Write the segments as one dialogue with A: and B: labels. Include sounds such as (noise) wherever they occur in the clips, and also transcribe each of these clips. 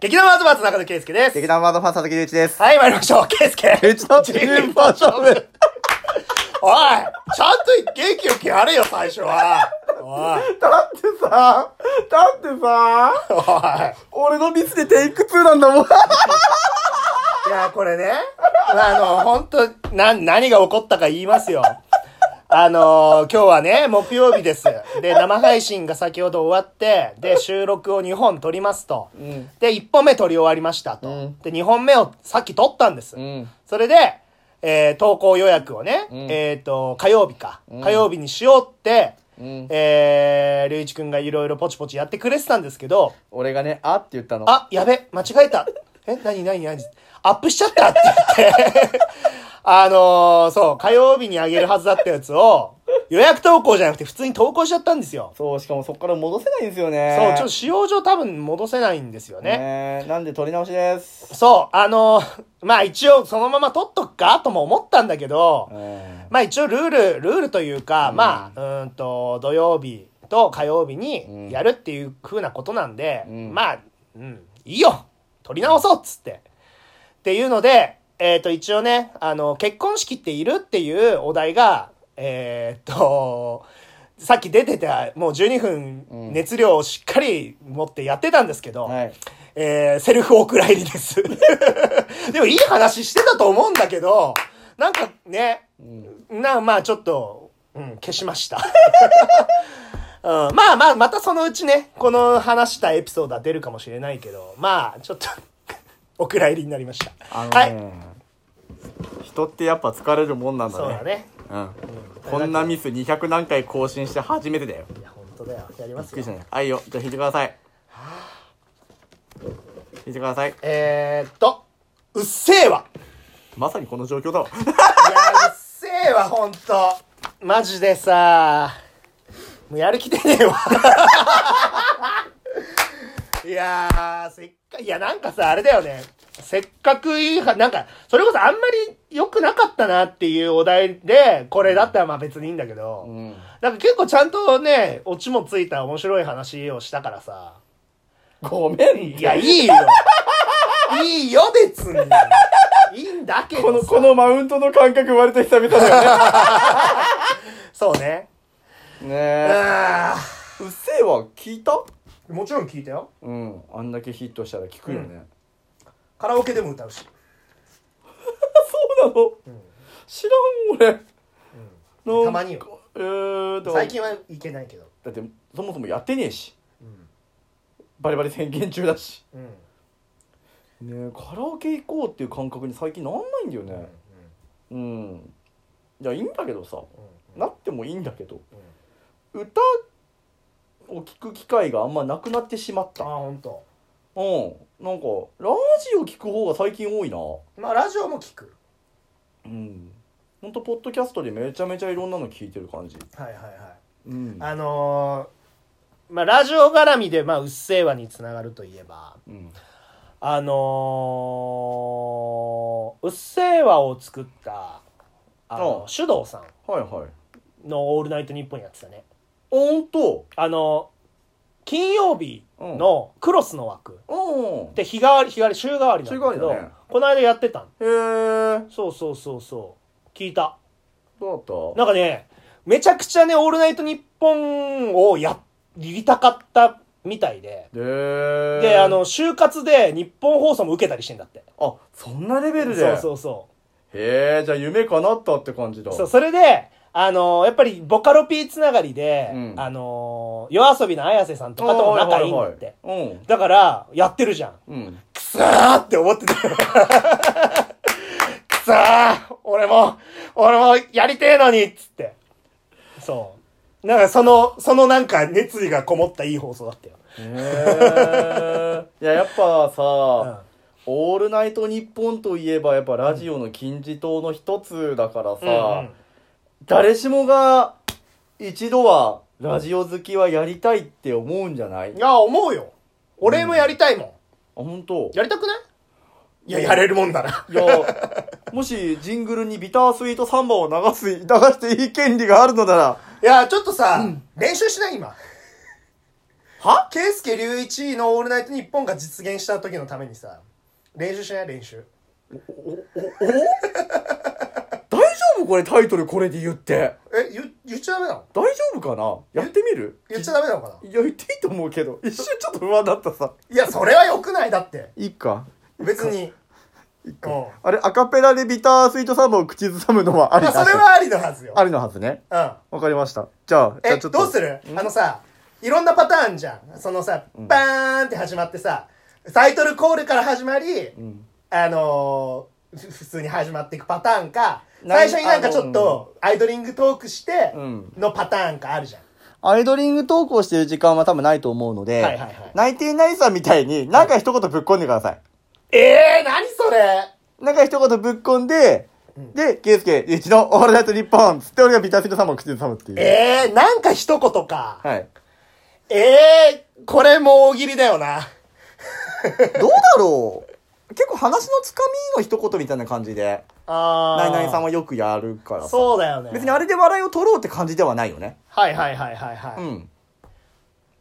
A: 劇団ワードバーズ中野圭介です。
B: 劇団ワードファン佐々木隆一です。
A: はい、参りましょう。圭介。
B: うちの順番勝負。
A: (laughs) おいちゃんと元気よくやれよ、最初は。おい
B: だってさ、だってさ、
A: おい
B: 俺のミスでテイク2なんだも
A: い
B: ん。
A: や、これね、あの、本当な、何が起こったか言いますよ。あの今日はね、木曜日です。で、生配信が先ほど終わって、で、収録を2本撮りますと。で、1本目撮り終わりましたと。
B: うん
A: で、2本目をさっき撮ったんです。
B: ん
A: それで、えー投稿予約をね、えっ、と、火曜日か、火曜日にしようって、
B: ん
A: えー、隆一くんがいろいろポチポチやってくれてたんですけど、
B: (laughs) 俺がね、あって言ったの。
A: あ、やべ、間違えた。え、なになになにアップしちゃったって言って。 (laughs) あのー、そう、火曜日にあげるはずだったやつを、予約投稿じゃなくて普通に投稿しちゃったんですよ。
B: そう、しかもそこから戻せないんですよね。
A: そう、ちょっと使用上多分戻せないんですよね。
B: ね。なんで撮り直しです。
A: そう、あのー、まあ一応そのまま撮っとくかとも思ったんだけど、まあ一応ルール、ルールというか、まあ、うーんと、土曜日と火曜日にやるっていう風なことなんで、
B: うん
A: まあ、うん、いいよ撮り直そうっつって。っていうので、えっ、と一応ね、あの、結婚式っているっていうお題が、えっ、と、さっき出てた、もう12分
B: ん
A: 熱量をしっかり持ってやってたんですけど、
B: はい。
A: えー、セルフお蔵入りです。 (laughs) でもいい話してたと思うんだけど、なんかね、な、まあちょっと、うん、消しました。 (laughs) うん、まあまあ、またそのうちね、この話したエピソードは出るかもしれないけど、まあ、ちょっと、 (laughs) お蔵入りになりました。
B: あの
A: はい。
B: ね、人ってやっぱ疲れるもんなん
A: そうだ
B: だね。
A: ね。
B: うん。こんなミス200何回更新して初めてだよ。
A: いや、本当だよ。やりま
B: びっ
A: す
B: くり
A: よ
B: した。ね。はいよ。じゃあ弾いてください。弾いてください。
A: えーっと、うっせーわ。
B: まさにこの状況だわ。
A: いやうっせえわほんとマジでさもうやる気出ねえわ (laughs) いやーせっかいやなんかさあれだよねせっかくいいはなんかそれこそあんまり良くなかったなっていうお題でこれだったらまあ別にいいんだけど、
B: ん
A: なんか結構ちゃんとねオチもついた面白い話をしたからさ
B: ごめん
A: いやい
B: (laughs)
A: いよいいよ別にいいんだけどさ
B: この、このマウントの感覚割と久々だよ
A: そうね
B: ね。
A: うー
B: ね
A: ん
B: え。うっせぇわ、聞いた
A: もちろん聞いたよ。
B: うん。あんだけヒットしたら聞くよね。
A: カラオケでも歌うし。
B: そうなの知らん、俺。なん
A: たまによ。
B: えーと、
A: 最近はいけないけど。
B: だって、そもそもやってねえし。
A: うん。
B: バリバリ宣言中だし。
A: うん。
B: ねえ、カラオケ行こうっていう感覚に最近なんないんだよね。うん。いや、いいんだけどさ。なってもいいんだけど。歌を聞く機会があんまなくなってしまっ
A: あ、
B: た。
A: ほんと。
B: うん、なんかラジオ聞く方が最近多いな
A: まあ、ラジオも聞く。
B: うんほんとポッドキャストでめちゃめちゃいろんなの聞いてる感じ
A: はいはいはい。
B: うん
A: あのー、まあ、ラジオ絡みで、まあ、うっせぇわにつながるといえば、
B: うん
A: あのー、うっせぇわを作った、あの
B: あ、
A: 手動さ
B: はいはい
A: んのオールナイトニッポンやってたね。
B: ほんと
A: あのー、金曜日のクロスの枠。
B: うん
A: で日替わり日替わり週替わりなんだけ
B: 週替
A: ど
B: わりだね
A: この間やってたの
B: へえ
A: そうそうそうそう聞いた
B: どうだっ
A: なんかねめちゃくちゃね「オールナイトニッポン」をやりたかったみたいで
B: たへえ
A: であの就活で日本放送も受けたりしてんだって
B: あそんなレベルで
A: そうそうそ
B: へえじゃあ夢叶ったって感じだ
A: うそうそれであのやっぱりボカロ P つながりで、
B: うん
A: あの夜遊びの綾瀬さんとかとも仲いいんだって、
B: はいはいはい
A: だからやってるじゃん
B: うんうん
A: くそーって思ってた。 (laughs) くそー俺も、俺もやりてえのにっつって。そう。なんかその、そのなんか熱意がこもったいい放送だったよ。
B: へえいややっぱさ、オールナイトニッポンといえばやっぱラジオの金字塔の一つだからさ、
A: うん。うんうん
B: 誰しもが一度はラジオ好きはやりたいって思うんじゃない、
A: いや、思うよ。俺もやりたいもん。
B: あ本当
A: やりたくないいや、やれるもんだな。 (laughs)
B: いやもしジングルにビタースイートサンバを流す流していい権利があるのなら
A: いや、ちょっとさ、練習しない今。
B: は
A: 圭介隆一の「オールナイトニッポン」が実現した時のためにさ練習しない練習
B: 大丈夫これタイトルこれで言って
A: え言言っちゃダメなの
B: 大丈夫かなやってみる
A: 言っちゃダメなのかない
B: や言っていいと思うけど一瞬ちょっと不安だったさ
A: いやそれはよくないだって
B: いいか
A: 別に
B: いい
A: うん
B: かあれアカペラでビタースイートサーバーを口ずさむのはあり
A: ま
B: だ
A: あそれはありのはずよ
B: ありのはずね
A: うん
B: わかりましたじゃあじゃ
A: え
B: あちょっと
A: どうするあのさいろんなパターンじゃんそのさバーンって始まってさタイトルコールから始まり、
B: うん
A: あのーふ普通に始まっていくパターンか
B: なん
A: 最初になんかちょっとアイドリングトークして
B: うん
A: のパターンかあるじゃん、
B: アイドリング投稿してる時間は多分ないと思うので、
A: はいはいはい
B: ナインティナインさんみたいに、なんか一言ぶっこんでください。
A: ええー、何それ
B: なんか一言ぶっこんで、
A: うん
B: で、ケイスケ、一度、オールナイト日本つって俺がビタスイートサムを口ずさむっていう。
A: ええー、なんか一言か、
B: はい。
A: ええー、これも大喜利だよな
B: どうだろう結構話のつかみの一言みたいな感じで、
A: あ
B: ナイナイさ
A: は
B: んはよくやるからさ。
A: そうだよね
B: 別にあれで笑いを取ろうって感じではないよね。
A: はいはいはいはいはい、
B: うん。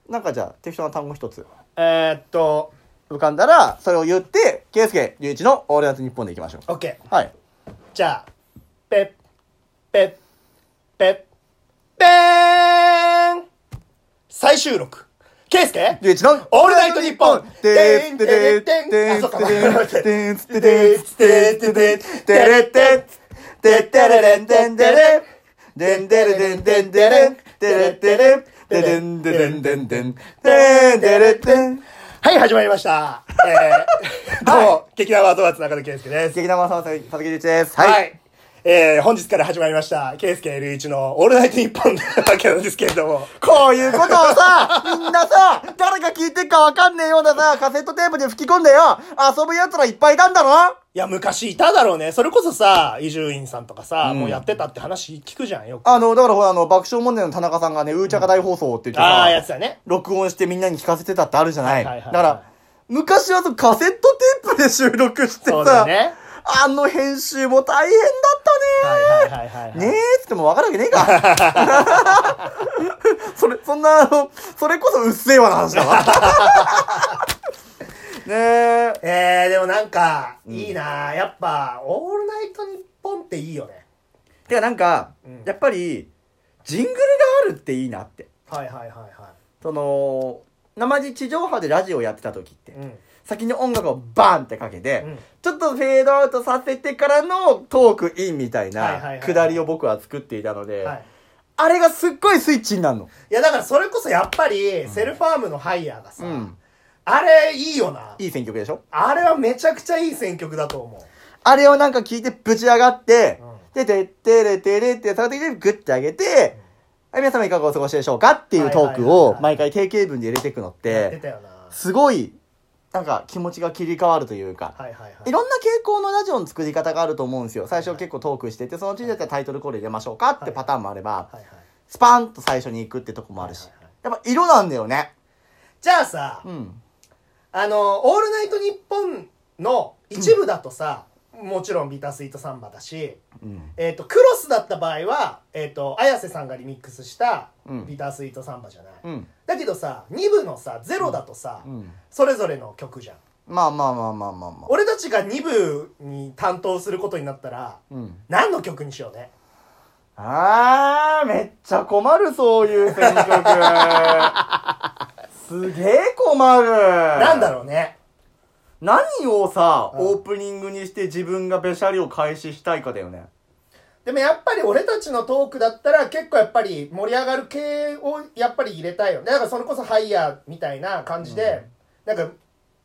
B: なんかじゃあ、適当な単語一つ
A: えー、っと
B: 浮かんだら、それを言って、ケイスケ、リュウイチのオールナイト日本でいきましょ
A: OK
B: う。はい。
A: じゃあペッペッペッペーン最終録ケイスケ
B: リュウイチの
A: オールナイトニッポン
B: てんてれてんてん
A: あそっか
B: てんてれてんてんてんてんてんてんてんてれれんてんてれんでんでれでんでんでれんてれてれんででんででんでんでんでんでれてん
A: はい、始まりました。 (laughs) えー、どうも、劇団ワードワーツ中野圭介です。
B: 劇団マサマサ佐々木隆一です
A: は
B: はい
A: い。えー、本日から始まりました、圭介 L1 のオールナイトニッポンなわけなんですけれども、
B: こういうことをさ、みんなさ、誰が聞いてるかわかんねえようなさ、カセットテープで吹き込んでよ、遊ぶ奴らいっぱいいたんだろ
A: いや、昔いただろうね。それこそさ、伊集院さんとかさ、
B: うん
A: もうやってたって話聞くじゃん、よく。
B: あの、だからほら、あの、爆笑問題の田中さんがね、うーちゃか大放送って言って
A: あ
B: さ
A: あ、やつだね。
B: 録音してみんなに聞かせてたってあるじゃない。
A: はいはいはいはい
B: だから、昔はそうカセットテープで収録して
A: そうだ
B: さ、
A: よね。
B: あの編集も大変だっ
A: はいはいはいはい、
B: た
A: はい。
B: ね。ねえっつってもわかるわけねえか。 (laughs) それ、そんな、あの、それこそうっせえわな話だわ。ねえ。
A: えー、でもなんか、いいな、やっぱ、オールナイトニッポンっていいよね。
B: てかなんか、
A: うん
B: やっぱり、ジングルがあるっていいなって。
A: はいはいはいは
B: その、生地地上波でラジオやってた時って
A: い。、うん。
B: 先に音楽をバーンってかけて、
A: うん
B: ちょっとフェードアウトさせてからのトークインみた
A: は
B: い
A: いはいはいは
B: ないくだりを僕は作っていたので、
A: はい。
B: あれがすっごいスイッチになるの。
A: いや、だからそれこそやっぱり、セルファームのハイヤーがさ、
B: うん
A: あれいいよな。
B: いい選曲でしょ
A: あれはめちゃくちゃいい選曲だと思う。
B: あれをなんか聞いてぶち上がって
A: うん、
B: で、てってれてれって、その時にグッて上げて、はい、皆様いかがお過ごしでしょうかっていうトー
A: はいはいは
B: ク
A: いは
B: を
A: い
B: 毎回定型文で入れていくのっ
A: やって
B: て、
A: たよな。は
B: すごい、なんか気持ちが切り替わるというか、
A: いはいはい。
B: いろんな傾向のラジオの作り方があると思うんですよ。最初結構トークしてて、そのうちでタイトルコール入れましょうかってパターンもあれば、
A: はいはい
B: スパンと最初に行くってとこもあるし
A: はいはい。
B: やっぱ色なんだよね。
A: じゃあさ、
B: うん。
A: あの、オールナイトニッポンの一部だとさ、もちろんビタスイートサンバだし、
B: うん。
A: えっ、と、クロスだった場合は、えっ、と、綾瀬さんがリミックスした
B: うん
A: ビタスイートサンバじゃない。
B: うん。
A: だけどさ、2部のさ、ゼロだとさ、
B: うん。
A: それぞれの曲じゃん。
B: まあまあまあまあまあまあ。
A: 俺たちが2部に担当することになったら、
B: うん。
A: 何の曲にしようね。
B: あー、めっちゃ困る、そういう選
A: (laughs)
B: 曲。すげえ困る。
A: なんだろうね。
B: 何をさ、
A: うん
B: オープニングにして自分がべしゃりを開始したいかだよね。
A: でもやっぱり俺たちのトークだったら結構やっぱり盛り上がる系をやっぱり入れたいよね。だからそれこそハイヤーみたいな感じで、なんか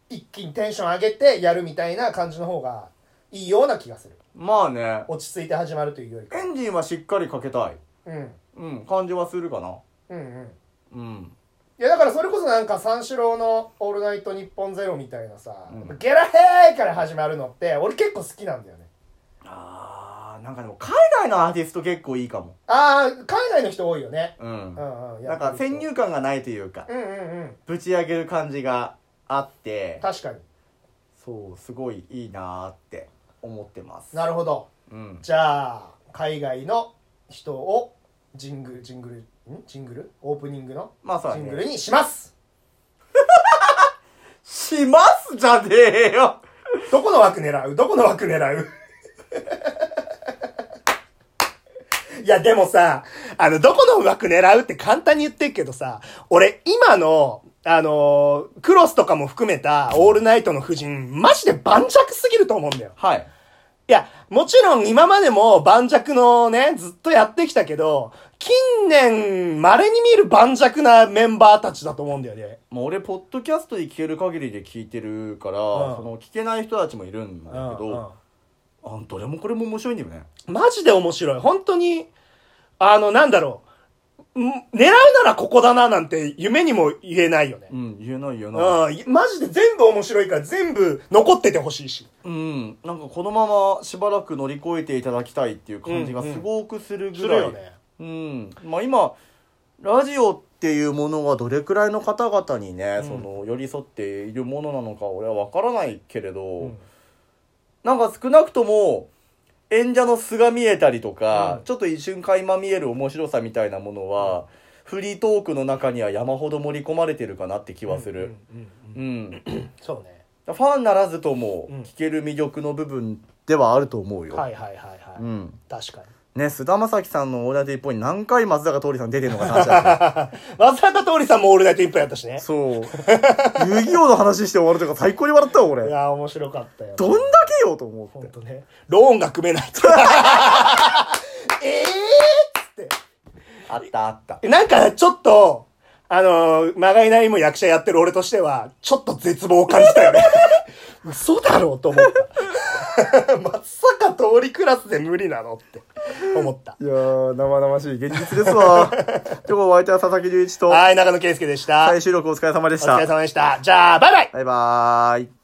A: 一気にテンション上げてやるみたいな感じの方がいいような気がする。
B: まあね。
A: 落ち着いて始まるというよりか
B: エ。ンジンはしっかりかけたい。
A: うん。うん
B: うん、感じはするかな。
A: うん。
B: うん。
A: いやだからそれこそなんか三四郎の「オールナイトニッポンゼロみたいなさ、
B: うん
A: ゲラヘーから始まるのって俺結構好きなんだよね。
B: あー、なんかでも海外のアーティスト結構いいかも。
A: ああ、海外の人多いよね。
B: う。
A: うんんうん。
B: なんか先入観がないというか、
A: うんうんうん。
B: ぶち上げる感じがあって、
A: 確かに。
B: そう、すごいいいなーって思ってます。
A: なるほど。
B: うん。
A: じゃあ海外の人をジングルジングルんジングルオープニングの
B: まあそうだ
A: ジング
B: ね
A: ル。にします
B: しますじゃねえよ
A: どこの枠狙うどこの枠狙う (laughs) いや、でもさ、あの、どこの枠狙うって簡単に言ってるけどさ、俺、今の、あのークロスとかも含めた、オールナイトの夫人、マジで盤石すぎると思うんだよ。
B: はい。
A: いや、もちろん今までも盤石のね、ずっとやってきたけど、近年、稀に見る盤石なメンバーたちだと思うんだよね。
B: もう俺、ポッドキャストで聞ける限りで聞いてるから、
A: うん
B: その聞けない人たちもいるんだけど、
A: うんうん
B: あどれもこれも面白いんだよね。
A: マジで面白い。本当に、あの、なんだろう。ん狙うならここだななんて夢にも言えないよね
B: う。ん、言えない言え
A: う
B: ない。
A: ん。マジで全部面白いから全部残っててほしいし。
B: うん、なんかこのまましばらく乗り越えていただきたいっていう感じがすごくする
A: す
B: ぐ
A: る
B: らい。
A: よね。
B: うん、まあ今ラジオっていうものがどれくらいの方々にね、
A: うん
B: その寄り添っているものなのか俺は分からないけれど、
A: うん
B: なんか少なくとも演者の素が見えたりとか、
A: うん
B: ちょっと一瞬垣間見える面白さみたいなものは、フリートークの中には山ほど盛り込まれてるかなって気はする。。
A: うんうんうん
B: うん
A: そうね。
B: ファンならずとも
A: うん
B: 聞ける魅力の部分ではあると思うよ。
A: はいはいはいは
B: う
A: い。
B: ん
A: 確かに。
B: ね、菅田将暉さんの「オールナイトニッポン」に何回松坂桃李さん出てるのかって話だよね (laughs)
A: 松坂桃李さんもオールナイト一本やったしね。
B: そう。遊戯王の話して終わるとか最高に笑ったわ、
A: い
B: 俺。
A: や、面白かったよ。
B: どんだけよと思
A: ほ
B: っ
A: ん
B: て。
A: とね。ローンが組めない
B: (laughs)
A: と。ええーっつって。
B: あったあった。
A: なんかちょっと、あのー、まがいなりも役者やってる俺としては、ちょっと絶望を感じたよね。 (laughs) 嘘だろうと思った。 (laughs) まさか通りクラスで無理なのって思った。
B: いやー、生々しい現実です (laughs) わ。今日お相手は佐々木隆一と、
A: はい、中野圭介でした。
B: 再収録お疲れ様でし
A: お
B: た
A: 疲れ。様でした。じゃあ、バイバイ
B: バイバーイ。